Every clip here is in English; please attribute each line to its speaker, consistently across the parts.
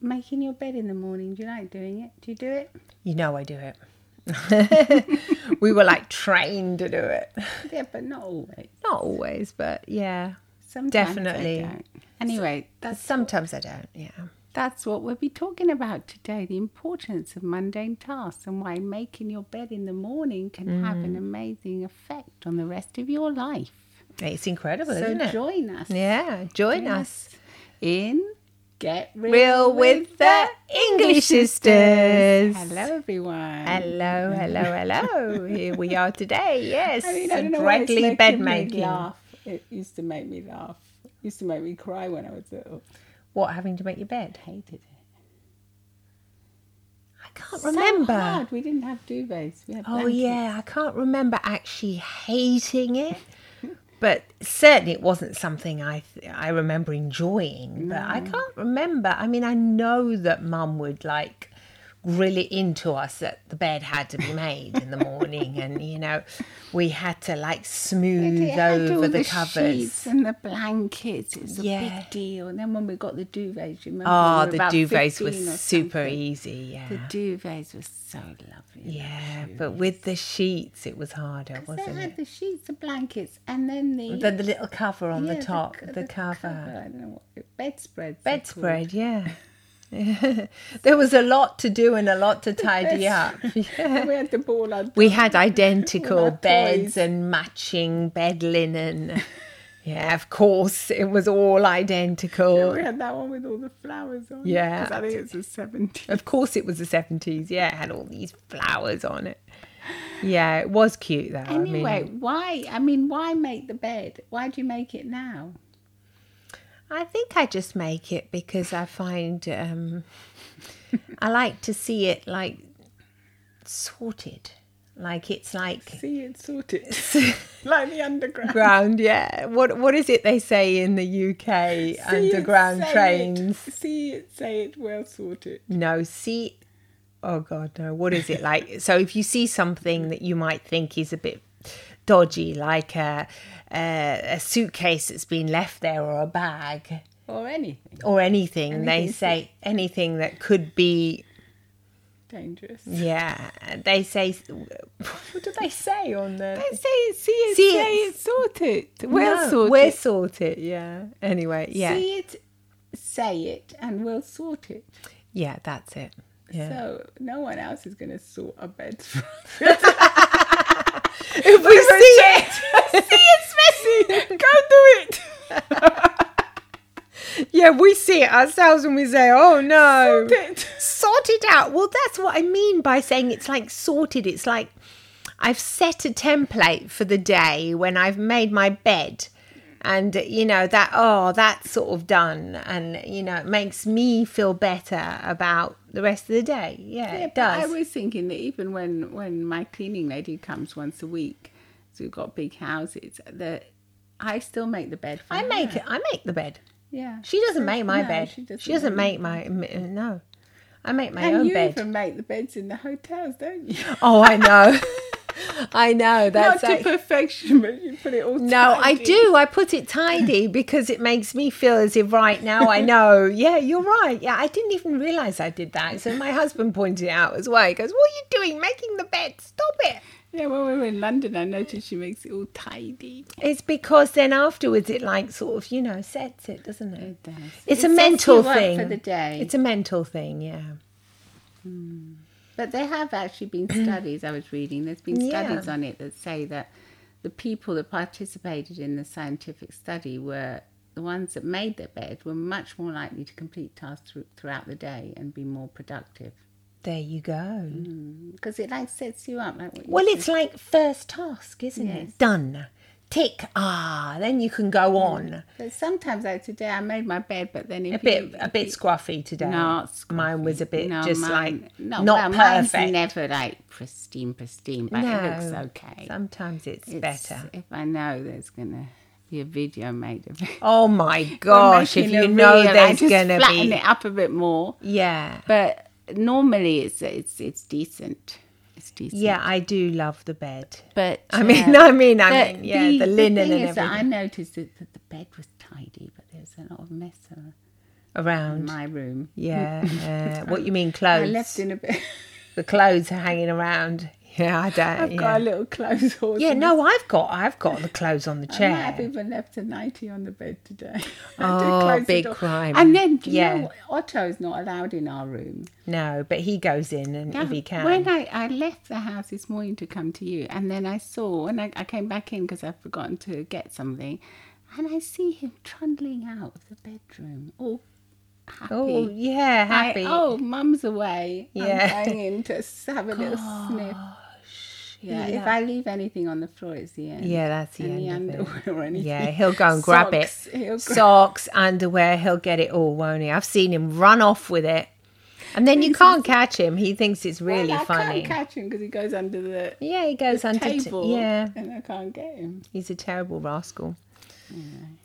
Speaker 1: making your bed in the morning, do you like doing it? Do you do it?
Speaker 2: You know I do it. we were like trained to do it.
Speaker 1: Yeah, but not always.
Speaker 2: Not always, but yeah.
Speaker 1: Sometimes
Speaker 2: Definitely.
Speaker 1: I don't. Anyway, that's
Speaker 2: Sometimes I don't, yeah.
Speaker 1: that's what we'll be talking about today: the importance of mundane tasks and why making your bed in the morning can have
Speaker 2: Mm.
Speaker 1: an amazing effect on the rest of your life.
Speaker 2: It's incredible,
Speaker 1: So
Speaker 2: isn't it?
Speaker 1: join us.
Speaker 2: yeah, join
Speaker 1: Join
Speaker 2: us.
Speaker 1: us in Get Real,
Speaker 2: Real with the English Sisters.
Speaker 1: Hello, everyone.
Speaker 2: Hello, hello, hello. Here we are today. Yes,
Speaker 1: I mean, I don't know why it's
Speaker 2: directly
Speaker 1: making
Speaker 2: bed
Speaker 1: me
Speaker 2: making.
Speaker 1: Laugh. It used to make me laugh. It used to make me cry when I was little.
Speaker 2: What, having to make your bed?
Speaker 1: Hated it.
Speaker 2: I can't remember.
Speaker 1: So hard. We didn't have duvets. We had
Speaker 2: Oh
Speaker 1: blankets.
Speaker 2: yeah, I can't remember actually hating it, but certainly it wasn't something I th- I remember enjoying. But I can't remember. I mean, I know that Mum would like grill it into us that the bed had to be made in the morning, and you know, we had to like smooth
Speaker 1: They had all
Speaker 2: over the,
Speaker 1: sheets
Speaker 2: covers.
Speaker 1: and the blankets. It was a
Speaker 2: Yeah.
Speaker 1: big deal. And then when we got the duvets, you remember?
Speaker 2: Ah,
Speaker 1: we were
Speaker 2: the
Speaker 1: about
Speaker 2: duvets
Speaker 1: 15 or
Speaker 2: were super
Speaker 1: something.
Speaker 2: easy. Yeah,
Speaker 1: The duvets were so lovely.
Speaker 2: yeah, but with the sheets, it was harder,
Speaker 1: They
Speaker 2: wasn't
Speaker 1: had
Speaker 2: it?
Speaker 1: the sheets, the blankets, and then the
Speaker 2: The, the little cover on
Speaker 1: yeah,
Speaker 2: the top,
Speaker 1: c-
Speaker 2: the, cover.
Speaker 1: I don't know what bedspread.
Speaker 2: bedspread yeah there was a lot to do and a lot to tidy up yeah.
Speaker 1: We had the ball. I'd
Speaker 2: we had identical
Speaker 1: All our
Speaker 2: beds
Speaker 1: toys.
Speaker 2: and matching bed linen yeah of course it was all identical
Speaker 1: We had that one with all the flowers on. it,
Speaker 2: Yeah.
Speaker 1: 'cause I think it's a 70.
Speaker 2: of course it was the 70s yeah it had all these flowers on it yeah it was cute though i
Speaker 1: Anyway,
Speaker 2: mean
Speaker 1: why? I mean, why make the bed? Why do you make it now?
Speaker 2: i think i just make it because i find um i like to see it like sorted like it's like
Speaker 1: See, it's sorted. like the underground.
Speaker 2: underground yeah what what is it they say in the uk
Speaker 1: See it,
Speaker 2: underground
Speaker 1: say it.
Speaker 2: trains
Speaker 1: See it, say it, well sorted.
Speaker 2: no see oh god no what is it like so if you see something that you might think is a bit dodgy like a a, a suitcase that's been left there or a bag
Speaker 1: Or anything
Speaker 2: or anything, they
Speaker 1: Anything.
Speaker 2: say anything that could be
Speaker 1: dangerous.
Speaker 2: yeah they say what do they say on the
Speaker 1: Say it, see it,
Speaker 2: See
Speaker 1: say
Speaker 2: it.
Speaker 1: it, sorted. Well
Speaker 2: No,
Speaker 1: sorted.
Speaker 2: we'll sort it yeah anyway yeah
Speaker 1: See it, say it, and we'll sort it.
Speaker 2: yeah that's it yeah
Speaker 1: So no one else is going to sort a bed.
Speaker 2: if we see it,
Speaker 1: see it's messy. Go do it.
Speaker 2: yeah, we see it ourselves and we say, "Oh no,
Speaker 1: Sort it.
Speaker 2: Sort it out." Well, that's what I mean by saying it's like sorted. It's like I've set a template for the day when I've made my bed, and you know that oh, that's sort of done, and you know it makes me feel better about the rest of the day. Yeah,
Speaker 1: Yeah,
Speaker 2: it
Speaker 1: but
Speaker 2: does.
Speaker 1: I was thinking that even when when my cleaning lady comes once a week, so we've got big houses, that I still make the bed. For
Speaker 2: I
Speaker 1: her.
Speaker 2: make it. I make the bed.
Speaker 1: Yeah.
Speaker 2: She doesn't make my
Speaker 1: No,
Speaker 2: bed. She
Speaker 1: she
Speaker 2: doesn't,
Speaker 1: doesn't
Speaker 2: make my m- uh, no. I make my
Speaker 1: and
Speaker 2: own
Speaker 1: you
Speaker 2: bed.
Speaker 1: even make the beds in the hotels, don't you?
Speaker 2: Oh, I know. I know. That's
Speaker 1: Not to
Speaker 2: like-
Speaker 1: perfection, but you put it all.
Speaker 2: no, I
Speaker 1: tidy.
Speaker 2: do. I put it tidy because it makes me feel as if right now I know. Yeah, you're right. Yeah, I didn't even realize I did that. So my husband pointed it out as well. He goes, "What are you doing? Making the bed? Stop it!"
Speaker 1: Yeah, when we were in London, I noticed she makes it all tidy.
Speaker 2: It's because then afterwards it like sort of you know sets it, doesn't it?
Speaker 1: It does.
Speaker 2: It's a
Speaker 1: It sets
Speaker 2: mental
Speaker 1: you up
Speaker 2: thing
Speaker 1: for the day.
Speaker 2: It's a mental thing. Yeah.
Speaker 1: But there have actually been studies I was reading. There's been
Speaker 2: Yeah.
Speaker 1: studies on it that say that the people that participated in the scientific study were the ones that made their bed were much more likely to complete tasks thro- throughout the day and be more productive
Speaker 2: There you go.
Speaker 1: because it like sets you up. Like what you
Speaker 2: Well,
Speaker 1: said.
Speaker 2: it's like first task, isn't it? Done. Tick. Ah, then you can go on.
Speaker 1: But sometimes like today, I made my bed, but then if
Speaker 2: a bit
Speaker 1: you,
Speaker 2: a bit scruffy today.
Speaker 1: No,
Speaker 2: mine was a bit
Speaker 1: no,
Speaker 2: just
Speaker 1: mine-
Speaker 2: like
Speaker 1: no,
Speaker 2: not
Speaker 1: well, mine's
Speaker 2: perfect.
Speaker 1: never like pristine, pristine, but it looks okay.
Speaker 2: Sometimes it's,
Speaker 1: It's-
Speaker 2: better.
Speaker 1: If I know there's gonna be a video made of it.
Speaker 2: Oh my
Speaker 1: We're
Speaker 2: gosh! If
Speaker 1: making
Speaker 2: you
Speaker 1: a
Speaker 2: know
Speaker 1: reel, I
Speaker 2: there's
Speaker 1: just
Speaker 2: gonna
Speaker 1: flatten
Speaker 2: be
Speaker 1: it up a bit more.
Speaker 2: yeah,
Speaker 1: But normally it's it's it's decent. It's decent.
Speaker 2: yeah, I do love the bed.
Speaker 1: But
Speaker 2: I mean,
Speaker 1: uh,
Speaker 2: I mean, I
Speaker 1: but
Speaker 2: mean, yeah, the, linen
Speaker 1: thing
Speaker 2: and
Speaker 1: is that
Speaker 2: everything.
Speaker 1: I noticed that, that the bed was tidy, but there was a lot of mess. On
Speaker 2: around.
Speaker 1: my room.
Speaker 2: yeah. uh, what you mean
Speaker 1: I
Speaker 2: clothes?
Speaker 1: left in a bit.
Speaker 2: the clothes are hanging around. Yeah, I don't.
Speaker 1: I've
Speaker 2: yeah.
Speaker 1: got a little clothes horse.
Speaker 2: yeah, no, I've got I've got the clothes on the
Speaker 1: I might have
Speaker 2: chair.
Speaker 1: even left a 90 on the bed today. I did
Speaker 2: Oh,
Speaker 1: close the
Speaker 2: big
Speaker 1: door.
Speaker 2: crime.
Speaker 1: And then, do you
Speaker 2: Yeah.
Speaker 1: know, Otto's not allowed in our room.
Speaker 2: No, but he goes in and if he can.
Speaker 1: When I, I left the house this morning to come to you, and then I saw, and I, I came back in because I'd forgotten to get something, and I see him trundling out of the bedroom, all happy.
Speaker 2: oh yeah,
Speaker 1: Like,
Speaker 2: happy.
Speaker 1: oh, mum's away.
Speaker 2: Yeah.
Speaker 1: I'm going in to s- have a little sniff. Yeah, if I leave anything on the floor, it's the end.
Speaker 2: Yeah, that's the
Speaker 1: and the Oh,
Speaker 2: end of it.
Speaker 1: underwear or anything.
Speaker 2: Yeah, he'll go and grab
Speaker 1: Socks,
Speaker 2: it.
Speaker 1: he'll grab-
Speaker 2: Socks, underwear, he'll get it all, won't he? I've seen him run off with it. And then you can't catch him. He thinks it's really
Speaker 1: well, I
Speaker 2: funny.
Speaker 1: can't catch him because he goes under the
Speaker 2: yeah, he goes under t-
Speaker 1: table.
Speaker 2: yeah.
Speaker 1: and I can't get him.
Speaker 2: He's a terrible rascal.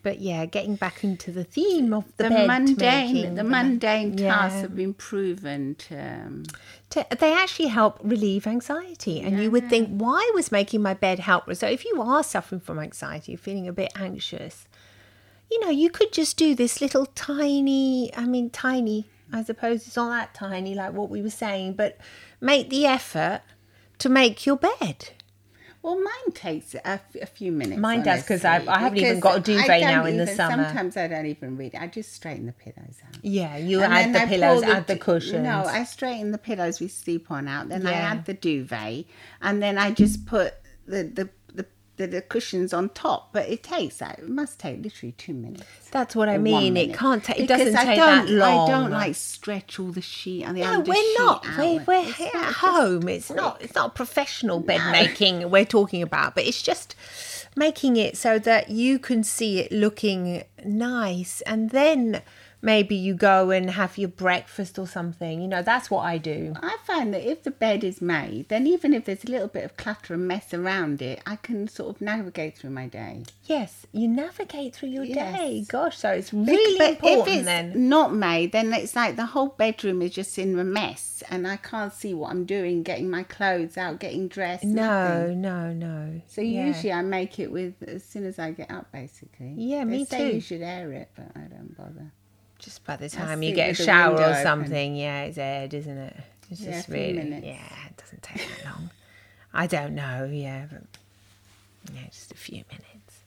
Speaker 2: But yeah, getting back into the theme of the,
Speaker 1: The
Speaker 2: bed
Speaker 1: mundane,
Speaker 2: making,
Speaker 1: the mundane
Speaker 2: Yeah.
Speaker 1: tasks have been proven to. Um,
Speaker 2: to, they actually help relieve anxiety. And you would think, why was making my bed help? So if you are suffering from anxiety, you're feeling a bit anxious, you know, you could just do this little tiny, I mean, tiny, I suppose it's not that tiny like what we were saying, but make the effort to make your bed.
Speaker 1: well, mine takes a, f- a few minutes.
Speaker 2: Mine does, 'cause I-
Speaker 1: honestly,
Speaker 2: I haven't even
Speaker 1: because
Speaker 2: got a duvet
Speaker 1: I don't
Speaker 2: now in the
Speaker 1: even-
Speaker 2: summer.
Speaker 1: Sometimes I don't even read. I just straighten the pillows out.
Speaker 2: Yeah, you
Speaker 1: And
Speaker 2: add
Speaker 1: then
Speaker 2: the
Speaker 1: I
Speaker 2: pillows,
Speaker 1: pull
Speaker 2: add the
Speaker 1: du-
Speaker 2: cushions.
Speaker 1: No, I straighten the pillows we sleep on out. Then I
Speaker 2: Yeah.
Speaker 1: add the duvet, and then I just put the the. the the, the cushions on top, but it takes like, it must take literally two minutes.
Speaker 2: That's what I
Speaker 1: or one
Speaker 2: mean. It
Speaker 1: minute.
Speaker 2: can't take. It
Speaker 1: Because
Speaker 2: doesn't
Speaker 1: I
Speaker 2: take
Speaker 1: don't,
Speaker 2: that long.
Speaker 1: I don't like stretch all the sheet and the
Speaker 2: No,
Speaker 1: under
Speaker 2: we're
Speaker 1: sheet
Speaker 2: not.
Speaker 1: Um, out.
Speaker 2: We're, we're
Speaker 1: It's
Speaker 2: here
Speaker 1: not
Speaker 2: at
Speaker 1: just-
Speaker 2: home. It's not. It's not professional bed making we're talking about, but it's just making it so that you can see it looking nice, and then maybe you go and have your breakfast or something. You know, that's what I do.
Speaker 1: I find that if the bed is made, then even if there's a little bit of clutter and mess around it, I can sort of navigate through my day.
Speaker 2: Yes, you navigate through your
Speaker 1: Yes.
Speaker 2: day. Gosh, so it's really
Speaker 1: but
Speaker 2: important.
Speaker 1: if it's
Speaker 2: then
Speaker 1: not made, then it's like the whole bedroom is just in a mess, and I can't see what I'm doing, getting my clothes out, getting dressed. nothing.
Speaker 2: no, no, no.
Speaker 1: So
Speaker 2: Yeah.
Speaker 1: usually I make it with as soon as I get up, basically.
Speaker 2: Yeah,
Speaker 1: They
Speaker 2: me
Speaker 1: say
Speaker 2: too.
Speaker 1: You should air it, but I don't bother.
Speaker 2: just by the time you
Speaker 1: see
Speaker 2: get a
Speaker 1: with the
Speaker 2: shower
Speaker 1: window
Speaker 2: or
Speaker 1: open.
Speaker 2: something, yeah, it's aired, isn't it? It's
Speaker 1: Yeah,
Speaker 2: just
Speaker 1: a few
Speaker 2: really,
Speaker 1: minutes.
Speaker 2: yeah, it doesn't take that long. I don't know, yeah, but yeah, just a few minutes.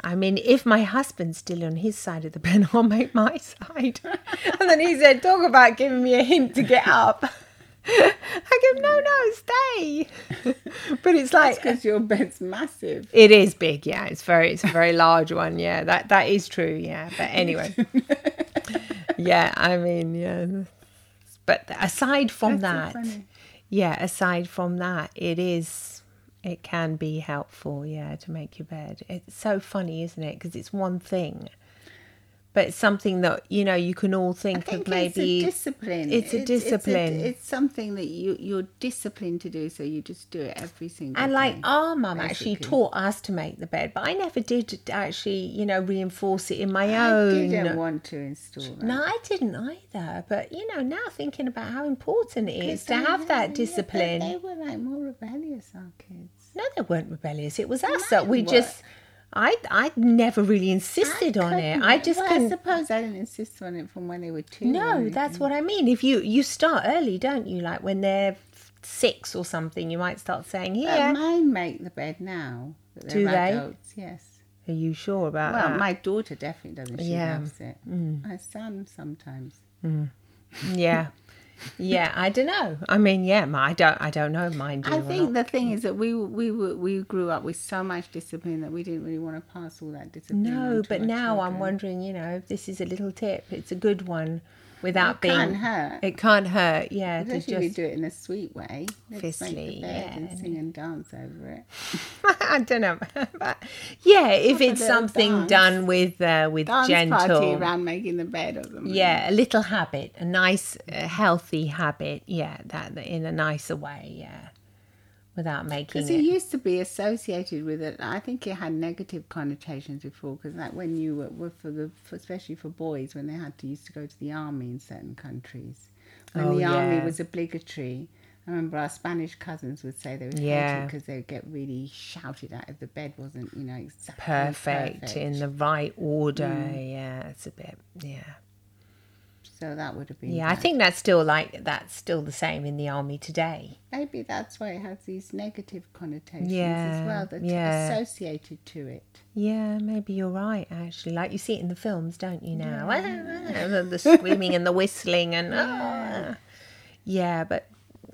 Speaker 2: I mean, if my husband's still on his side of the bed, I'll make my side. and then he said, "Talk about giving me a hint to get up." I go, "No, no, stay." but it's like
Speaker 1: Because your bed's massive.
Speaker 2: it is big, yeah. It's very, it's a very large one, yeah. That that is true, yeah. But anyway, yeah. I mean, yeah. But aside from
Speaker 1: That's so
Speaker 2: that,
Speaker 1: funny.
Speaker 2: yeah. Aside from that, it is, it can be helpful, yeah, to make your bed. It's so funny, isn't it? Because it's one thing, but it's something that you know you can all think,
Speaker 1: I think
Speaker 2: of
Speaker 1: it's
Speaker 2: maybe.
Speaker 1: a discipline.
Speaker 2: it's a discipline.
Speaker 1: It's, something that you you're disciplined to do, so you just do it every single.
Speaker 2: And like
Speaker 1: day.
Speaker 2: our mum actually taught us to make the bed, but I never did actually, you know, reinforce it in my
Speaker 1: I
Speaker 2: own.
Speaker 1: didn't want to install that.
Speaker 2: No, I didn't either. But you know, now thinking about how important it is
Speaker 1: They
Speaker 2: to have
Speaker 1: were, yeah,
Speaker 2: that
Speaker 1: but
Speaker 2: discipline.
Speaker 1: They were like more rebellious, our kids.
Speaker 2: No, they weren't rebellious. It was us that
Speaker 1: Mine
Speaker 2: we
Speaker 1: were.
Speaker 2: just. I I never really insisted on it.
Speaker 1: couldn't-
Speaker 2: I just
Speaker 1: well, I
Speaker 2: couldn't.
Speaker 1: suppose I didn't insist on it from when they were two.
Speaker 2: No,
Speaker 1: really.
Speaker 2: that's what I mean. If you you start early, don't you? Like when they're six or something, you might start saying,
Speaker 1: But
Speaker 2: "Yeah."
Speaker 1: mine make the bed now. That they're
Speaker 2: Do they?
Speaker 1: adults, Yes.
Speaker 2: Are you sure about
Speaker 1: Well,
Speaker 2: that?
Speaker 1: my daughter definitely doesn't. She
Speaker 2: Yeah.
Speaker 1: loves it. My son sometimes.
Speaker 2: yeah. Yeah, I don't know. I mean, yeah, my, I don't. I don't know. if Mine. do
Speaker 1: I
Speaker 2: or
Speaker 1: think the
Speaker 2: not.
Speaker 1: thing is that we were- we were, we grew up with so much discipline that we didn't really want to pass all that discipline.
Speaker 2: No,
Speaker 1: on to
Speaker 2: but
Speaker 1: our
Speaker 2: now I'm
Speaker 1: children.
Speaker 2: wondering, you know, if this is a little tip. It's a good one without being.
Speaker 1: can't hurt.
Speaker 2: It can't hurt, yeah. To
Speaker 1: Especially if you
Speaker 2: just,
Speaker 1: do it in a sweet way. Let's make
Speaker 2: Obviously,
Speaker 1: the bed
Speaker 2: yeah.
Speaker 1: and sing and dance over it.
Speaker 2: I don't know. but yeah, if it's
Speaker 1: little
Speaker 2: something
Speaker 1: dance.
Speaker 2: done with uh, with
Speaker 1: Dance party
Speaker 2: gentle.
Speaker 1: around making the bed or something.
Speaker 2: Yeah, a little habit, a nice, uh, healthy habit. Yeah, that that in a nicer way. Yeah, without making
Speaker 1: Because
Speaker 2: it.
Speaker 1: it used to be associated with it. I think it had negative connotations before. Because like when you were, were for the, for, especially for boys, when they had to used to go to the army in certain countries, when
Speaker 2: Oh,
Speaker 1: the
Speaker 2: yeah.
Speaker 1: army was obligatory. I remember our Spanish cousins would say they would
Speaker 2: Yeah.
Speaker 1: because they'd get really shouted at if the bed wasn't, you know, exactly
Speaker 2: perfect, Mm.
Speaker 1: perfect.
Speaker 2: in the right order. Yeah, it's a bit. Yeah,
Speaker 1: So that would have been.
Speaker 2: Yeah, I
Speaker 1: bad.
Speaker 2: think that's still like that's still the same in the army today.
Speaker 1: maybe that's why it has these negative connotations
Speaker 2: Yeah,
Speaker 1: as well that are
Speaker 2: yeah.
Speaker 1: associated to it.
Speaker 2: Yeah, maybe you're right. Actually, like you see it in the films, don't you? Now, the, the screaming and the whistling and yeah. yeah, but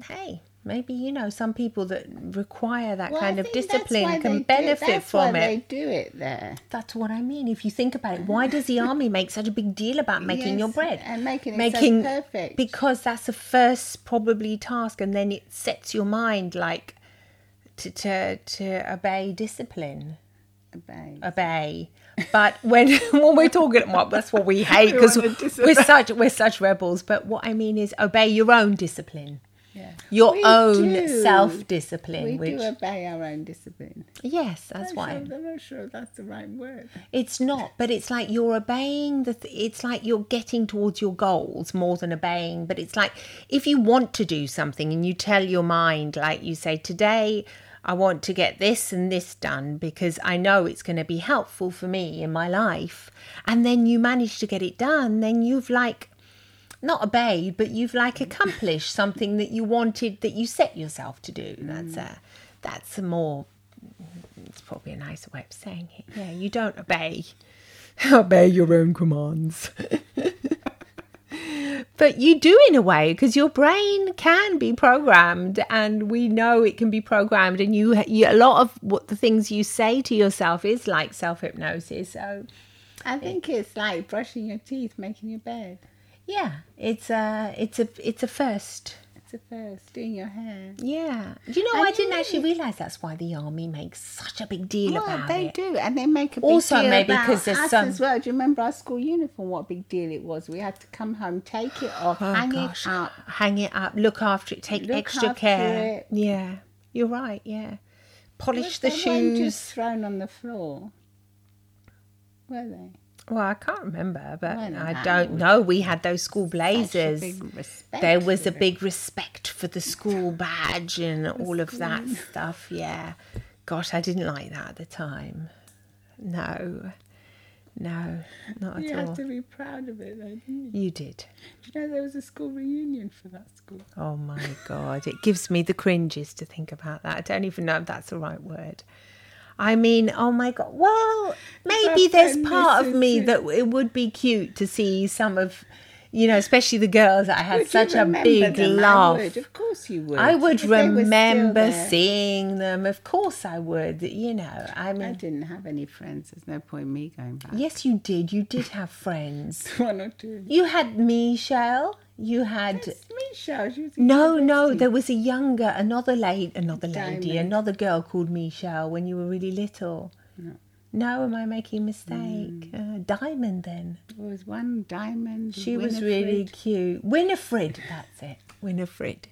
Speaker 2: hey, maybe you know some people that require that
Speaker 1: Well, I
Speaker 2: kind of
Speaker 1: think that's why
Speaker 2: discipline
Speaker 1: they
Speaker 2: can
Speaker 1: do-
Speaker 2: benefit
Speaker 1: that's
Speaker 2: from
Speaker 1: why
Speaker 2: it.
Speaker 1: They do it there.
Speaker 2: That's what I mean. If you think about it, why does the army make such a big deal about making your
Speaker 1: Yes,
Speaker 2: bread?
Speaker 1: and making it
Speaker 2: Making-
Speaker 1: so perfect.
Speaker 2: Because that's the first probably task, and then it sets your mind like to to, to obey discipline,
Speaker 1: Obey.
Speaker 2: uh, obey. But when when we're talking, well, that's what we hate
Speaker 1: We
Speaker 2: because
Speaker 1: wanna
Speaker 2: we're
Speaker 1: disobey.
Speaker 2: such we're such rebels. But what I mean is obey your own discipline,
Speaker 1: Yeah.
Speaker 2: your
Speaker 1: We
Speaker 2: own
Speaker 1: do.
Speaker 2: self
Speaker 1: We
Speaker 2: discipline. Which
Speaker 1: do obey our own discipline.
Speaker 2: yes, that's why.
Speaker 1: I'm not sure that's the right word.
Speaker 2: It's not, but it's like you're obeying the. Th- it's like you're getting towards your goals more than obeying. But it's like if you want to do something and you tell your mind, like you say, today I want to get this and this done because I know it's going to be helpful for me in my life, and then you manage to get it done, then you've like not obeyed, but you've like accomplished something that you wanted that you set yourself to do. That's a that's a more it's probably a nicer way of saying it. Yeah, you don't obey obey your own commands. But you do in a way because your brain can be programmed, and we know it can be programmed. And you, you, a lot of what the things you say to yourself is like self hypnosis. So
Speaker 1: I think it's like brushing your teeth, making your bed.
Speaker 2: yeah, it's a, it's a, it's a first.
Speaker 1: It's a first. Doing your hair.
Speaker 2: Yeah. You know,
Speaker 1: And
Speaker 2: I didn't
Speaker 1: you
Speaker 2: actually realise that's why the army makes such a big deal
Speaker 1: Well,
Speaker 2: about
Speaker 1: they
Speaker 2: it.
Speaker 1: do, and they make a big
Speaker 2: Also,
Speaker 1: deal
Speaker 2: maybe
Speaker 1: about
Speaker 2: 'cause there's
Speaker 1: us
Speaker 2: some-
Speaker 1: as well. Do you remember our school uniform? What a big deal it was! We had to come home, take it off,
Speaker 2: Oh,
Speaker 1: hang
Speaker 2: gosh.
Speaker 1: it up.
Speaker 2: Hang it up, look after it, take
Speaker 1: Look
Speaker 2: extra
Speaker 1: after
Speaker 2: care.
Speaker 1: it.
Speaker 2: Yeah. You're right, yeah. Polish
Speaker 1: They
Speaker 2: the
Speaker 1: weren't
Speaker 2: shoes.
Speaker 1: just thrown on the floor, were they?
Speaker 2: Well, I can't remember, but
Speaker 1: Well,
Speaker 2: I
Speaker 1: that
Speaker 2: don't know. We had those school
Speaker 1: Such a
Speaker 2: blazers.
Speaker 1: big respect
Speaker 2: There was
Speaker 1: for
Speaker 2: a
Speaker 1: it.
Speaker 2: big respect for the school badge and all of that stuff. Yeah. Gosh, I didn't like that at the time. No. No, not at
Speaker 1: You
Speaker 2: all.
Speaker 1: had to be proud of it, though, didn't you?
Speaker 2: You did.
Speaker 1: Do you know there was a school reunion for that school?
Speaker 2: Oh my God. It gives me the cringes to think about that. I don't even know if that's the right word. I mean, oh my God. Well, maybe
Speaker 1: Our
Speaker 2: there's
Speaker 1: friend
Speaker 2: part of
Speaker 1: misses
Speaker 2: me
Speaker 1: you.
Speaker 2: that it would be cute to see some of, you know, especially the girls that I had
Speaker 1: Would you
Speaker 2: such a
Speaker 1: remember
Speaker 2: big
Speaker 1: them? I
Speaker 2: love.
Speaker 1: would, Of course you would.
Speaker 2: I would
Speaker 1: If they were still
Speaker 2: remember
Speaker 1: there.
Speaker 2: seeing them. Of course I would, you know. I
Speaker 1: I
Speaker 2: mean,
Speaker 1: didn't have any friends. There's no point me going back.
Speaker 2: yes, you did. You did have friends.
Speaker 1: One or two.
Speaker 2: You had Michelle. You had
Speaker 1: It's Michelle. She was a
Speaker 2: No, no,
Speaker 1: university.
Speaker 2: there was a younger, another lady, another lady,
Speaker 1: Diamond.
Speaker 2: another girl called Michelle when you were really little. No, am I making a
Speaker 1: Mm.
Speaker 2: mistake? Uh, Diamond then.
Speaker 1: There was one diamond.
Speaker 2: She was really cute. Winifred, that's it. Winifred.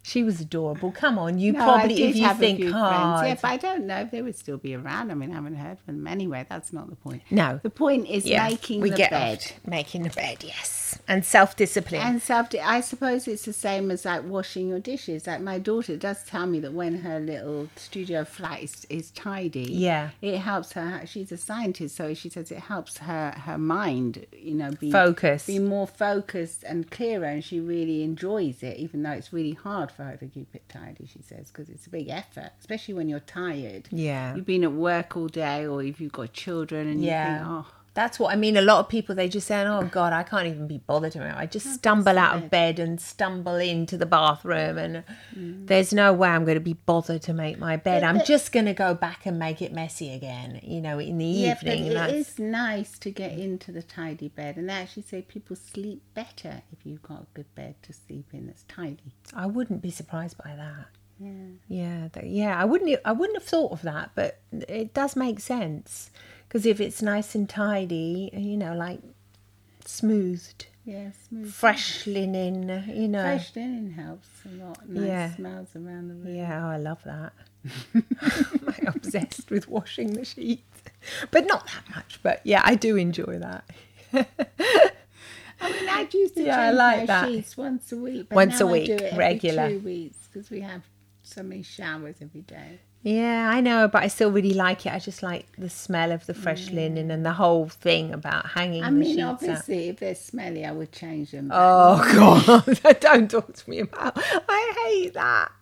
Speaker 2: She was adorable. Come on, you
Speaker 1: No, I
Speaker 2: probably
Speaker 1: did
Speaker 2: if you
Speaker 1: have a
Speaker 2: think
Speaker 1: few
Speaker 2: hard.
Speaker 1: Friends. Yeah, but I don't know if they would still be around. I mean, I haven't heard from them anyway. That's not the point.
Speaker 2: No.
Speaker 1: The point is
Speaker 2: Yeah,
Speaker 1: making
Speaker 2: we
Speaker 1: the
Speaker 2: get
Speaker 1: bed.
Speaker 2: off. Making the bed, yes. And self discipline.
Speaker 1: And self, I suppose it's the same as like washing your dishes. Like my daughter does tell me that when her little studio flat is, is tidy,
Speaker 2: Yeah.
Speaker 1: it helps her. She's a scientist, so she says it helps her her mind, you know, be
Speaker 2: Focus.
Speaker 1: be more focused and clearer, and she really enjoys it, even though it's really hard for her to keep it tidy. She says because it's a big effort, especially when you're tired.
Speaker 2: Yeah.
Speaker 1: you've been at work all day, or if you've got children, and you
Speaker 2: Yeah.
Speaker 1: think, oh.
Speaker 2: That's what I mean. A lot of people they just say, "Oh God, I can't even be bothered now. I just stumble out of bed and stumble into the bathroom, and
Speaker 1: Mm.
Speaker 2: there's no way I'm going to be bothered to make my bed. I'm just going to go back and make it messy again, you know, in the evening."
Speaker 1: Yeah, but it
Speaker 2: That's-
Speaker 1: is nice to get into the tidy bed, and they actually say people sleep better if you've got a good bed to sleep in that's tidy.
Speaker 2: I wouldn't be surprised by that.
Speaker 1: Yeah.
Speaker 2: Yeah, that, yeah. I wouldn't. e, I wouldn't have thought of that, but it does make sense because if it's nice and tidy, you know, like smoothed,
Speaker 1: Yeah, smooth.
Speaker 2: fresh linen, you know,
Speaker 1: Mm. Fresh linen helps a lot. Nice
Speaker 2: Yeah.
Speaker 1: smells around the room.
Speaker 2: Yeah, oh, I love that. I'm obsessed with washing the sheets, but not that much. But yeah, I do enjoy that.
Speaker 1: I mean, I used to
Speaker 2: Yeah, I
Speaker 1: change
Speaker 2: like
Speaker 1: my
Speaker 2: that.
Speaker 1: sheets once a week. But
Speaker 2: Once
Speaker 1: now
Speaker 2: a
Speaker 1: I do
Speaker 2: week,
Speaker 1: it every
Speaker 2: regular.
Speaker 1: Two weeks because we have so many showers every day.
Speaker 2: Yeah, I know, but I still really like it. I just like the smell of the fresh linen and the whole thing about hanging
Speaker 1: I
Speaker 2: the
Speaker 1: mean,
Speaker 2: sheets out.
Speaker 1: obviously, if they're smelly, I would change them. but
Speaker 2: Oh God! Don't talk to me about. I hate that.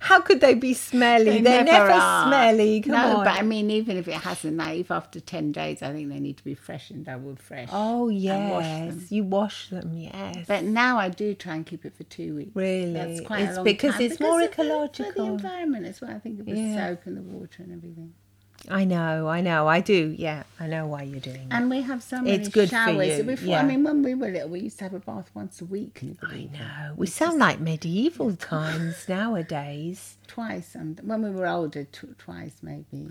Speaker 2: How could they be smelly? They are never,
Speaker 1: are.
Speaker 2: smelly. Come
Speaker 1: no,
Speaker 2: on.
Speaker 1: but I mean, even if it hasn't, like, if after 10 days, I think they need to be freshened, I would fresh.
Speaker 2: oh yes,
Speaker 1: wash
Speaker 2: you wash them. Yes.
Speaker 1: But now I do try and keep it for two weeks.
Speaker 2: Really?
Speaker 1: That's quite
Speaker 2: It's
Speaker 1: a long
Speaker 2: because
Speaker 1: time.
Speaker 2: it's more
Speaker 1: of the- For
Speaker 2: ecological.
Speaker 1: the environment as well. I think of the
Speaker 2: Yeah.
Speaker 1: soap and the water and everything.
Speaker 2: I know. I know. I do. Yeah. I know why you're doing that.
Speaker 1: And we have so many
Speaker 2: It's good for
Speaker 1: showers.
Speaker 2: you,
Speaker 1: Before,
Speaker 2: yeah.
Speaker 1: I mean, when we were little, we used to have a bath once a week. Can you believe
Speaker 2: I know. We sound like medieval times nowadays.
Speaker 1: Twice. And when we were older, tw- twice maybe.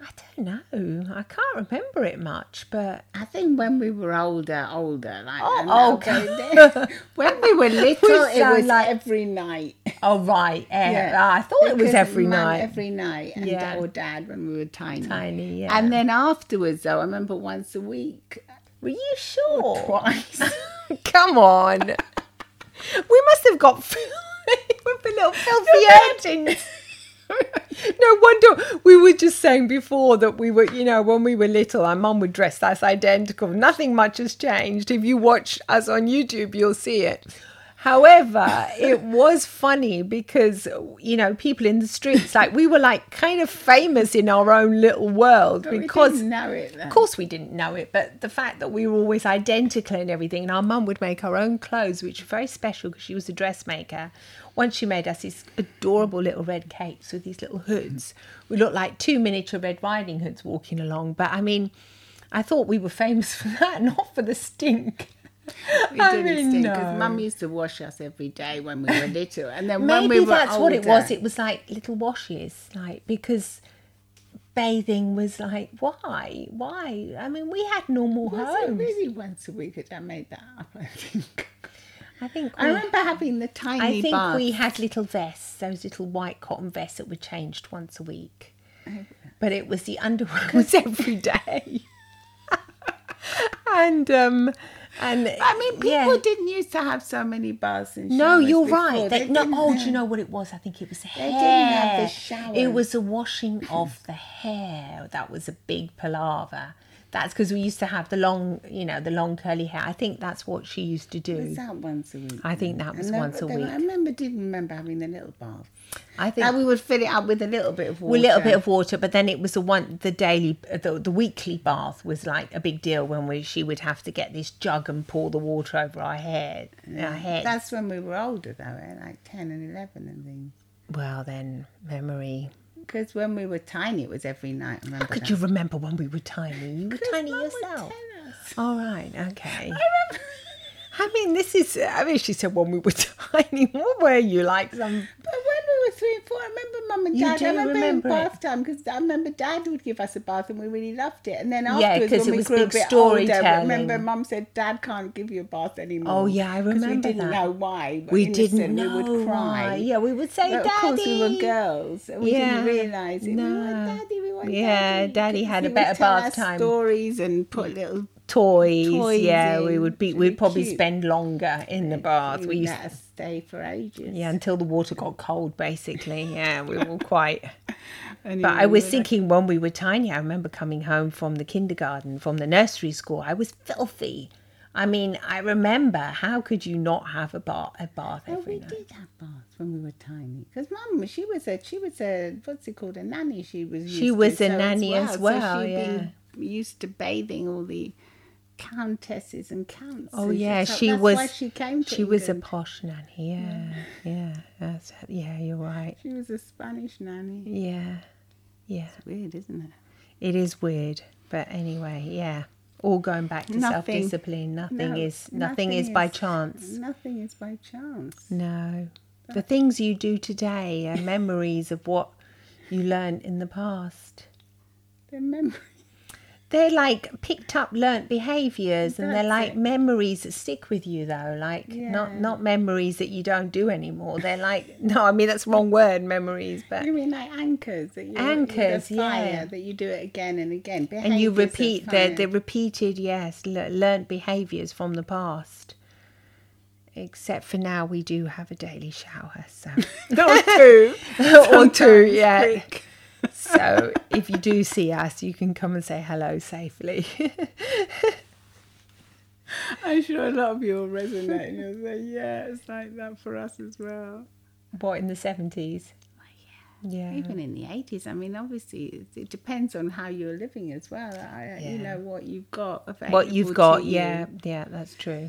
Speaker 2: I don't know. I can't remember it much, but
Speaker 1: I think when we were older, older, like
Speaker 2: Oh,
Speaker 1: and now
Speaker 2: okay.
Speaker 1: go there. when we were little,
Speaker 2: We
Speaker 1: it was
Speaker 2: sound like-
Speaker 1: every night.
Speaker 2: oh right, yeah. Oh, I thought it was
Speaker 1: Because
Speaker 2: every
Speaker 1: Mum-
Speaker 2: night.
Speaker 1: Every night, and
Speaker 2: Yeah.
Speaker 1: dad or dad when we were tiny.
Speaker 2: Tiny, yeah.
Speaker 1: And then afterwards, though, I remember once a week,
Speaker 2: Were you sure?
Speaker 1: twice.
Speaker 2: Come on. we must have got with the little filthy urchins. No wonder we were just saying before that we were, you know, when we were little, our mum would dress us identical. Nothing much has changed. If you watch us on YouTube, you'll see it. However, it was funny because, you know, people in the streets, like we were like kind of famous in our own little world
Speaker 1: We
Speaker 2: because
Speaker 1: didn't know it then.
Speaker 2: of course, we didn't know it, but the fact that we were always identical and everything, and our mum would make our own clothes, which were very special because she was a dressmaker. Once she made us these adorable little red capes with these little hoods. We looked like two miniature Red Riding Hoods walking along, but I mean, I thought we were famous for that, not for the stink.
Speaker 1: We
Speaker 2: I
Speaker 1: didn't
Speaker 2: mean,
Speaker 1: stink
Speaker 2: no.
Speaker 1: because Mum used to wash us every day when we were little, and then
Speaker 2: Maybe
Speaker 1: when we were
Speaker 2: that's what it
Speaker 1: older-
Speaker 2: was. It was like little washes, like because bathing was like why, why? I mean, we had normal
Speaker 1: Was it
Speaker 2: homes.
Speaker 1: really once a week that I made that up? I think.
Speaker 2: I think
Speaker 1: I
Speaker 2: we-
Speaker 1: remember having the tiny
Speaker 2: I think
Speaker 1: bath.
Speaker 2: we had little vests, those little white cotton vests that were changed once a week.
Speaker 1: Oh,
Speaker 2: But it was the underwear was every day. and um and
Speaker 1: I mean, people
Speaker 2: yeah.
Speaker 1: didn't used to have so many baths and showers.
Speaker 2: No, you're
Speaker 1: before.
Speaker 2: right. They, no,
Speaker 1: didn't
Speaker 2: oh,
Speaker 1: have-
Speaker 2: do you know what it was? I think it was hair.
Speaker 1: didn't have the shower.
Speaker 2: It was the washing of the hair. That was a big palaver. That's because we used to have the long, you know, the long curly hair. I think that's what she used to do.
Speaker 1: was that once a week?
Speaker 2: I think that
Speaker 1: And
Speaker 2: was
Speaker 1: then-
Speaker 2: once a
Speaker 1: then
Speaker 2: week.
Speaker 1: I remember, didn't remember having the little bath.
Speaker 2: I think
Speaker 1: And we would fill it up with a little bit of water.
Speaker 2: a little bit of water, but then it was the one the daily the, the weekly bath was like a big deal when we she would have to get this jug and pour the water over our hair our head.
Speaker 1: That's when we were older, though, eh? like 10 and 11 and things.
Speaker 2: well, then memory.
Speaker 1: Because when we were tiny, it was every night. I remember
Speaker 2: How could
Speaker 1: that.
Speaker 2: you remember when we were tiny? You were tiny
Speaker 1: Mum would
Speaker 2: yourself.
Speaker 1: tell us.
Speaker 2: All right, okay. I mean, this is. I mean, she said when we were tiny. What were you like? Some
Speaker 1: But when we were three and four, I remember Mum and
Speaker 2: You
Speaker 1: Dad.
Speaker 2: do
Speaker 1: I remember,
Speaker 2: remember
Speaker 1: in
Speaker 2: it.
Speaker 1: bath time because I remember Dad would give us a bath and we really loved it. And then
Speaker 2: Yeah,
Speaker 1: afterwards,
Speaker 2: 'cause
Speaker 1: when
Speaker 2: it
Speaker 1: we
Speaker 2: was
Speaker 1: grew a
Speaker 2: big
Speaker 1: bit older, I remember
Speaker 2: storytelling.
Speaker 1: Mum said Dad can't give you a bath anymore.
Speaker 2: Oh, yeah, I
Speaker 1: 'Cause We
Speaker 2: remember
Speaker 1: didn't
Speaker 2: that.
Speaker 1: know why. but
Speaker 2: we
Speaker 1: innocent,
Speaker 2: didn't know.
Speaker 1: We would cry.
Speaker 2: why. Yeah, we would say,
Speaker 1: But
Speaker 2: "Daddy."
Speaker 1: of course, we were girls. and We
Speaker 2: Yeah.
Speaker 1: didn't realise it. We
Speaker 2: No.
Speaker 1: want daddy. We want
Speaker 2: Yeah,
Speaker 1: daddy.
Speaker 2: Daddy
Speaker 1: 'Cause
Speaker 2: had a
Speaker 1: he would
Speaker 2: better
Speaker 1: tell
Speaker 2: bath
Speaker 1: us
Speaker 2: time. Mm.
Speaker 1: Stories and put little.
Speaker 2: toys.
Speaker 1: Toys
Speaker 2: yeah, we
Speaker 1: in.
Speaker 2: would be.
Speaker 1: It'd
Speaker 2: We'd
Speaker 1: be
Speaker 2: probably
Speaker 1: cute.
Speaker 2: spend longer in the bath. We used
Speaker 1: let us stay for ages.
Speaker 2: yeah until the water got cold. Basically, yeah, we were quite.
Speaker 1: Anyway,
Speaker 2: But I
Speaker 1: we
Speaker 2: was
Speaker 1: were
Speaker 2: thinking when we were tiny. I remember coming home from the kindergarten, from the nursery school. I was filthy. I mean, I remember. How could you not have a bath? A bath
Speaker 1: Oh,
Speaker 2: every
Speaker 1: we
Speaker 2: night.
Speaker 1: did have baths when we were tiny. Because mum, she was a she was a what's it called a nanny. She was used to,
Speaker 2: was a
Speaker 1: so
Speaker 2: nanny as well,
Speaker 1: So she'd
Speaker 2: yeah.
Speaker 1: been used to bathing all the countesses and counts.
Speaker 2: Oh
Speaker 1: and
Speaker 2: yeah,
Speaker 1: shit. So
Speaker 2: she
Speaker 1: that's
Speaker 2: was.
Speaker 1: Why she came. To
Speaker 2: she was a
Speaker 1: England.
Speaker 2: posh nanny. Yeah, yeah, that's, yeah. You're right.
Speaker 1: she was a Spanish nanny.
Speaker 2: Yeah, yeah.
Speaker 1: Weird, isn't it?
Speaker 2: It is weird, but anyway, yeah. All going back to
Speaker 1: Nothing.
Speaker 2: self-discipline. Nothing
Speaker 1: No,
Speaker 2: is nothing,
Speaker 1: nothing
Speaker 2: is, by
Speaker 1: is-
Speaker 2: chance.
Speaker 1: Nothing is by chance.
Speaker 2: No. The things you do today are memories of what you learned in the past.
Speaker 1: They're memories.
Speaker 2: They're like picked up learnt behaviors and they're
Speaker 1: That's
Speaker 2: like
Speaker 1: it.
Speaker 2: memories that stick with you though, like not
Speaker 1: Yeah.
Speaker 2: not memories that you don't do anymore. They're like no, I mean that's the wrong word, memories, but
Speaker 1: You mean like anchors that you
Speaker 2: Anchors,
Speaker 1: the fire,
Speaker 2: yeah.
Speaker 1: that you do it again and again.
Speaker 2: and
Speaker 1: Behaviours
Speaker 2: you
Speaker 1: of
Speaker 2: repeat the,
Speaker 1: fire.
Speaker 2: the repeated yes le- learnt behaviors from the past except for now we do have a daily shower so
Speaker 1: Not two.
Speaker 2: or two yeah So if you do see us, you can come and say hello safely.
Speaker 1: I'm sure a lot of you will resonate and you'll say, yeah, it's like that for us as well.
Speaker 2: what, in the 70s? Yeah.
Speaker 1: Even in the 80s, I mean, obviously, it- it depends on how you're living as well. I, You
Speaker 2: Yeah.
Speaker 1: know, what you've got available.
Speaker 2: What you've
Speaker 1: to
Speaker 2: got,
Speaker 1: you.
Speaker 2: yeah, yeah, that's true.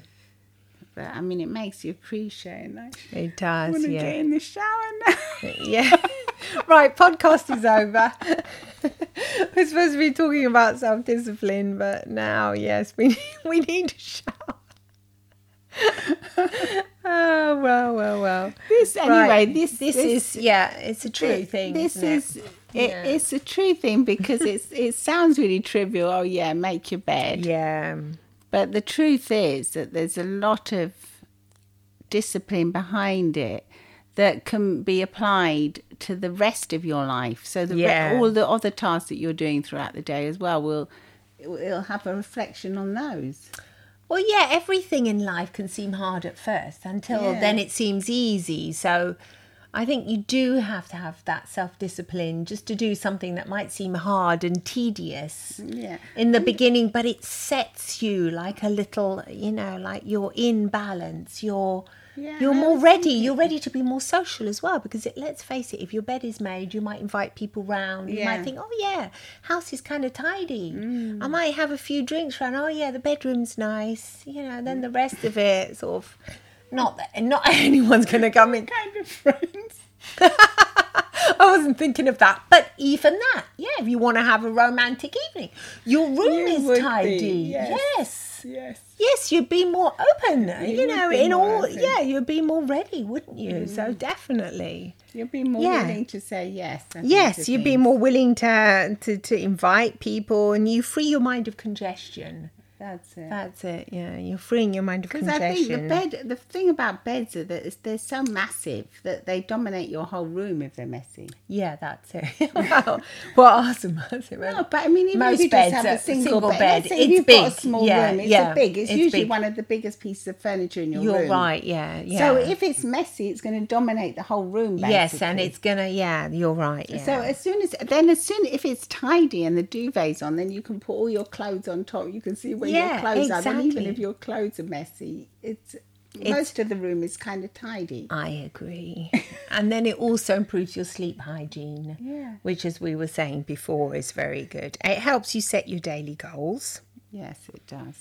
Speaker 1: But I mean, it makes you appreciate, like,
Speaker 2: It
Speaker 1: I want
Speaker 2: does,
Speaker 1: to
Speaker 2: yeah.
Speaker 1: get in the shower now.
Speaker 2: Yeah. right, podcast is over. We're supposed to be talking about self discipline, but now, yes, we we need to shower. oh well, well, well.
Speaker 1: this, anyway,
Speaker 2: Right,
Speaker 1: this,
Speaker 2: this, is yeah, it's a true
Speaker 1: thi-
Speaker 2: thing.
Speaker 1: This
Speaker 2: isn't it?
Speaker 1: is it,
Speaker 2: Yeah.
Speaker 1: it's a true thing because it's it sounds really trivial. Oh yeah, make your bed.
Speaker 2: yeah,
Speaker 1: But the truth is that there's a lot of discipline behind it that can be applied to the rest of your life. So the re-
Speaker 2: Yeah.
Speaker 1: all the other tasks that you're doing throughout the day as well will it'll have a reflection on those.
Speaker 2: Well, yeah, everything in life can seem hard at first until
Speaker 1: Yeah.
Speaker 2: then it seems easy. So I think you do have to have that self discipline just to do something that might seem hard and tedious
Speaker 1: Yeah.
Speaker 2: in the beginning, but it sets you like a little, you know, like you're in balance, you're.
Speaker 1: Yeah,
Speaker 2: you're
Speaker 1: I
Speaker 2: more
Speaker 1: was
Speaker 2: ready. You're ready to be more social as well, because it, let's face it, if your bed is made, you might invite people round. You might
Speaker 1: Yeah. Mm.
Speaker 2: think, oh yeah, house is kind of tidy. I might have a few drinks round. Oh yeah, the bedroom's nice. You know, then the rest of it sort of not that not anyone's going to come in.
Speaker 1: Kind of friends.
Speaker 2: I wasn't thinking of that, but even that, yeah, if you want to have a romantic evening, your room
Speaker 1: You would
Speaker 2: is
Speaker 1: be,
Speaker 2: tidy.
Speaker 1: yes.
Speaker 2: yes.
Speaker 1: Yes.
Speaker 2: Yes, you'd be more open, you,
Speaker 1: would
Speaker 2: know,
Speaker 1: be
Speaker 2: in
Speaker 1: more
Speaker 2: all,
Speaker 1: open. Mm-hmm.
Speaker 2: yeah, you'd be more ready, wouldn't you? So definitely.
Speaker 1: You'll be more
Speaker 2: Yeah.
Speaker 1: willing to say yes. I think,
Speaker 2: Yes,
Speaker 1: to
Speaker 2: you'd be
Speaker 1: things.
Speaker 2: more willing to, to, to invite people and you free your mind of congestion.
Speaker 1: That's it.
Speaker 2: That's it, yeah. You're freeing your mind of
Speaker 1: Because I think the
Speaker 2: congestion.
Speaker 1: bed, the thing about beds are that it's, they're so massive that they dominate your whole room if they're messy.
Speaker 2: yeah, that's it. well, well, awesome. that's it,
Speaker 1: No, but I mean, even if
Speaker 2: Most
Speaker 1: you
Speaker 2: beds
Speaker 1: just
Speaker 2: are-
Speaker 1: have a single,
Speaker 2: single
Speaker 1: bed,
Speaker 2: bed,
Speaker 1: Let's say
Speaker 2: it's
Speaker 1: if you've got a
Speaker 2: big.
Speaker 1: small
Speaker 2: Yeah,
Speaker 1: room, it's
Speaker 2: yeah,
Speaker 1: a big. It's,
Speaker 2: it's
Speaker 1: usually
Speaker 2: big.
Speaker 1: one of the biggest pieces of furniture in your
Speaker 2: You're
Speaker 1: room.
Speaker 2: right, yeah, yeah.
Speaker 1: So if it's messy, it's going to dominate the whole room. Basically.
Speaker 2: yes, and it's gonna, yeah, you're right. Yeah.
Speaker 1: So as soon as then as soon if it's tidy and the duvet's on, then you can put all your clothes on top. You can see where
Speaker 2: Yeah,
Speaker 1: your clothes are. And even
Speaker 2: exactly.
Speaker 1: if your clothes are messy, it's, most of the room is kind of tidy.
Speaker 2: I agree. and then it also improves your sleep hygiene,
Speaker 1: Yeah.
Speaker 2: which, as we were saying before, is very good. It helps you set your daily goals
Speaker 1: Yes, it does.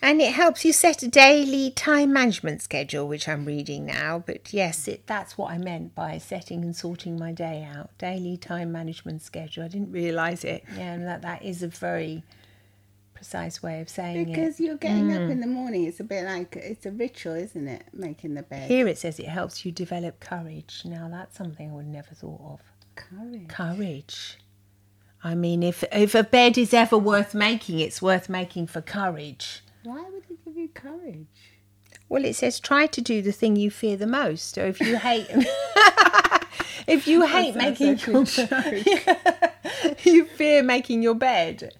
Speaker 2: and it helps you set a daily time management schedule, which I'm reading now. But yes, it, that's what I meant by setting and sorting my day out. Daily time management schedule. I didn't realise it. Yeah, and that, that is a very precise way of saying it.
Speaker 1: Because you're getting up
Speaker 2: Mm.
Speaker 1: in the morning, it's a bit like it's a ritual, isn't it? Making the bed.
Speaker 2: Here it says it helps you develop courage. Now, that's something I would never thought of.
Speaker 1: Courage.
Speaker 2: courage. I mean, if if a bed is ever worth making, it's worth making for courage.
Speaker 1: Why would it give you courage?
Speaker 2: Well, it says try to do the thing you fear the most, or if you hate, if you hate making your, you fear making your bed.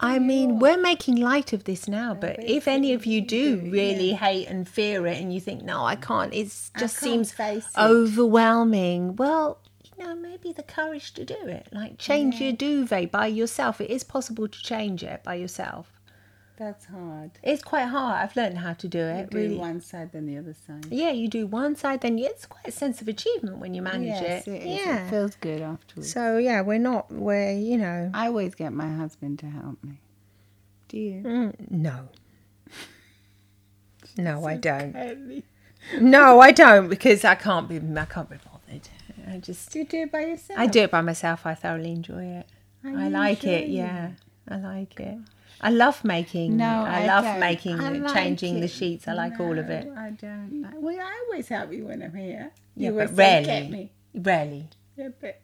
Speaker 2: I mean, we're making light of this now, but if any of you do really hate and fear it, and you think, "No, I can't," it just
Speaker 1: can't
Speaker 2: seems
Speaker 1: face it."
Speaker 2: overwhelming. Well, you know, maybe the courage to do it, like change your duvet by yourself. It is possible to change it by yourself.
Speaker 1: That's hard.
Speaker 2: It's quite hard. I've learned how to do it.
Speaker 1: Do
Speaker 2: really,
Speaker 1: one side then the other side.
Speaker 2: yeah, you do one side, then it's quite a sense of achievement when you manage
Speaker 1: Yes,
Speaker 2: it.
Speaker 1: it is.
Speaker 2: yeah.
Speaker 1: It feels good afterwards.
Speaker 2: so yeah, we're not we're you know
Speaker 1: I always get my husband to help me. Do you?
Speaker 2: mm, no. No, I don't. No, I don't because I can't be I can't be bothered. I just
Speaker 1: Do you do it by yourself?
Speaker 2: I do it by myself. I thoroughly enjoy it.
Speaker 1: I
Speaker 2: I, like
Speaker 1: enjoy
Speaker 2: it. Yeah, I like it. I love making.
Speaker 1: No,
Speaker 2: I,
Speaker 1: I
Speaker 2: love
Speaker 1: don't.
Speaker 2: making
Speaker 1: I
Speaker 2: it,
Speaker 1: like
Speaker 2: changing the
Speaker 1: it.
Speaker 2: sheets. I like all of
Speaker 1: No,
Speaker 2: it.
Speaker 1: I don't. like- Well, I always help you when I'm here.
Speaker 2: Yeah,
Speaker 1: you
Speaker 2: but
Speaker 1: always say,
Speaker 2: rarely.
Speaker 1: Get me.
Speaker 2: Rarely,
Speaker 1: Yeah, but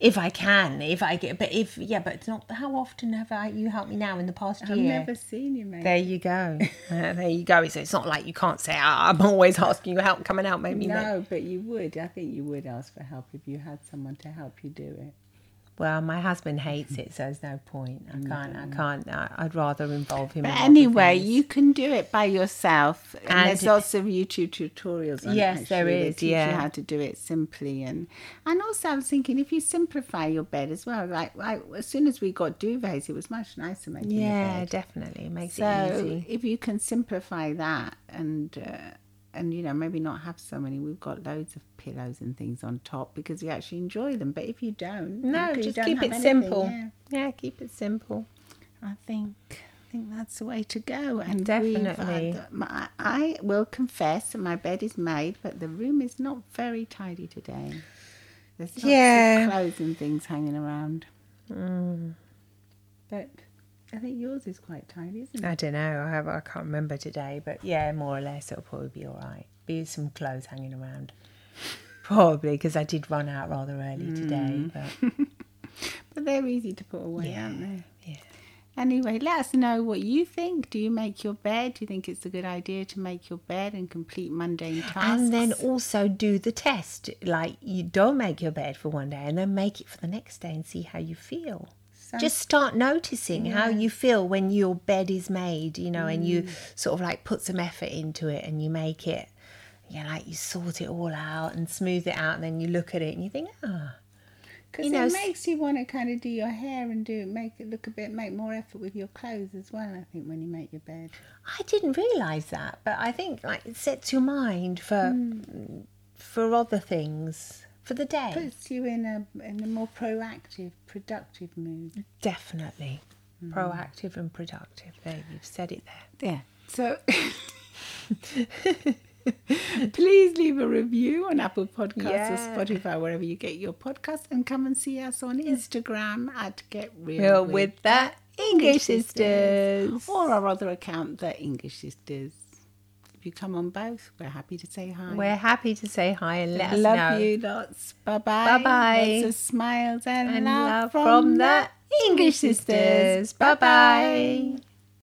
Speaker 2: if I can, if I get, but if yeah, but it's not. How often have I? You helped me now in the past
Speaker 1: I've
Speaker 2: year.
Speaker 1: never seen you make
Speaker 2: There you go. Yeah, there you go. So it's not like you can't say, "Ah, I'm always asking you help, come and help me. make
Speaker 1: No, but you would. I think you would ask for help if you had someone to help you do it.
Speaker 2: Well, my husband hates it, so there's no point. I can't. I can't. I, I'd rather involve him. in
Speaker 1: Mm-hmm. But
Speaker 2: other
Speaker 1: anyway,
Speaker 2: things.
Speaker 1: you can do it by yourself, and,
Speaker 2: And-
Speaker 1: there's lots of YouTube tutorials. On it,
Speaker 2: Yes, there
Speaker 1: actually. They
Speaker 2: is,
Speaker 1: teach you
Speaker 2: yeah.
Speaker 1: how to do it simply, and and also I was thinking if you simplify your bed as well. Like, like as soon as we got duvets, it was much nicer making the bed.
Speaker 2: yeah, definitely it makes it
Speaker 1: So
Speaker 2: easy.
Speaker 1: if you can simplify that and uh, and you know maybe not have so many, we've got loads of pillows and things on top because we actually enjoy them. But if you don't,
Speaker 2: No,
Speaker 1: you
Speaker 2: just
Speaker 1: don't
Speaker 2: keep
Speaker 1: have
Speaker 2: it
Speaker 1: anything,
Speaker 2: simple.
Speaker 1: yeah.
Speaker 2: yeah, keep it simple.
Speaker 1: I think I think that's the way to go. And
Speaker 2: Definitely.
Speaker 1: We've had, my, I will confess that my bed is made, but the room is not very tidy today. There's lots
Speaker 2: Yeah. Mm.
Speaker 1: of clothes and things hanging around. But I think yours is quite tidy, isn't it?
Speaker 2: I don't know. I have. I can't remember today, but yeah, more or less, it'll probably be all right. Be some clothes hanging around, probably because I did run out rather early today.
Speaker 1: Mm.
Speaker 2: But
Speaker 1: But they're easy to put away,
Speaker 2: Yeah,
Speaker 1: aren't they?
Speaker 2: yeah.
Speaker 1: Anyway, let us know what you think. Do you make your bed? Do you think it's a good idea to make your bed and complete mundane tasks?
Speaker 2: and then also do the test. Like you don't make your bed for one day, and then make it for the next day, and see how you feel.
Speaker 1: So-
Speaker 2: Just start noticing how you feel when your bed is made, you know, and you
Speaker 1: Mm.
Speaker 2: sort of like put some effort into it and you make it, you know, like you sort it all out and smooth it out, and then you look at it and you think, ah,
Speaker 1: Because
Speaker 2: you
Speaker 1: it
Speaker 2: know, s-
Speaker 1: makes you want to kind of do your hair and do make it look a bit, make more effort with your clothes as well. I think when you make your bed,
Speaker 2: I didn't realise that, but I think like it sets your mind for
Speaker 1: Mm.
Speaker 2: for other things for the day.
Speaker 1: puts you in a in a more proactive, productive mood.
Speaker 2: Definitely
Speaker 1: Mm.
Speaker 2: proactive and productive. There, you've said it there.
Speaker 1: Yeah. So. Please leave a review on Apple Podcasts
Speaker 2: Yeah.
Speaker 1: or Spotify, wherever you get your podcast, and come and see us on Instagram at Get Real,
Speaker 2: Well,
Speaker 1: with,
Speaker 2: with that, English sisters.
Speaker 1: or our other account, The English Sisters. If you come on both, we're happy to say hi.
Speaker 2: We're happy to say hi and let us
Speaker 1: love
Speaker 2: know.
Speaker 1: you lots. Bye bye.
Speaker 2: Bye-bye.
Speaker 1: Lots of smiles and,
Speaker 2: And
Speaker 1: love,
Speaker 2: love
Speaker 1: from,
Speaker 2: from
Speaker 1: the
Speaker 2: the
Speaker 1: English sisters.
Speaker 2: sisters.
Speaker 1: Bye
Speaker 2: Bye-bye.
Speaker 1: bye.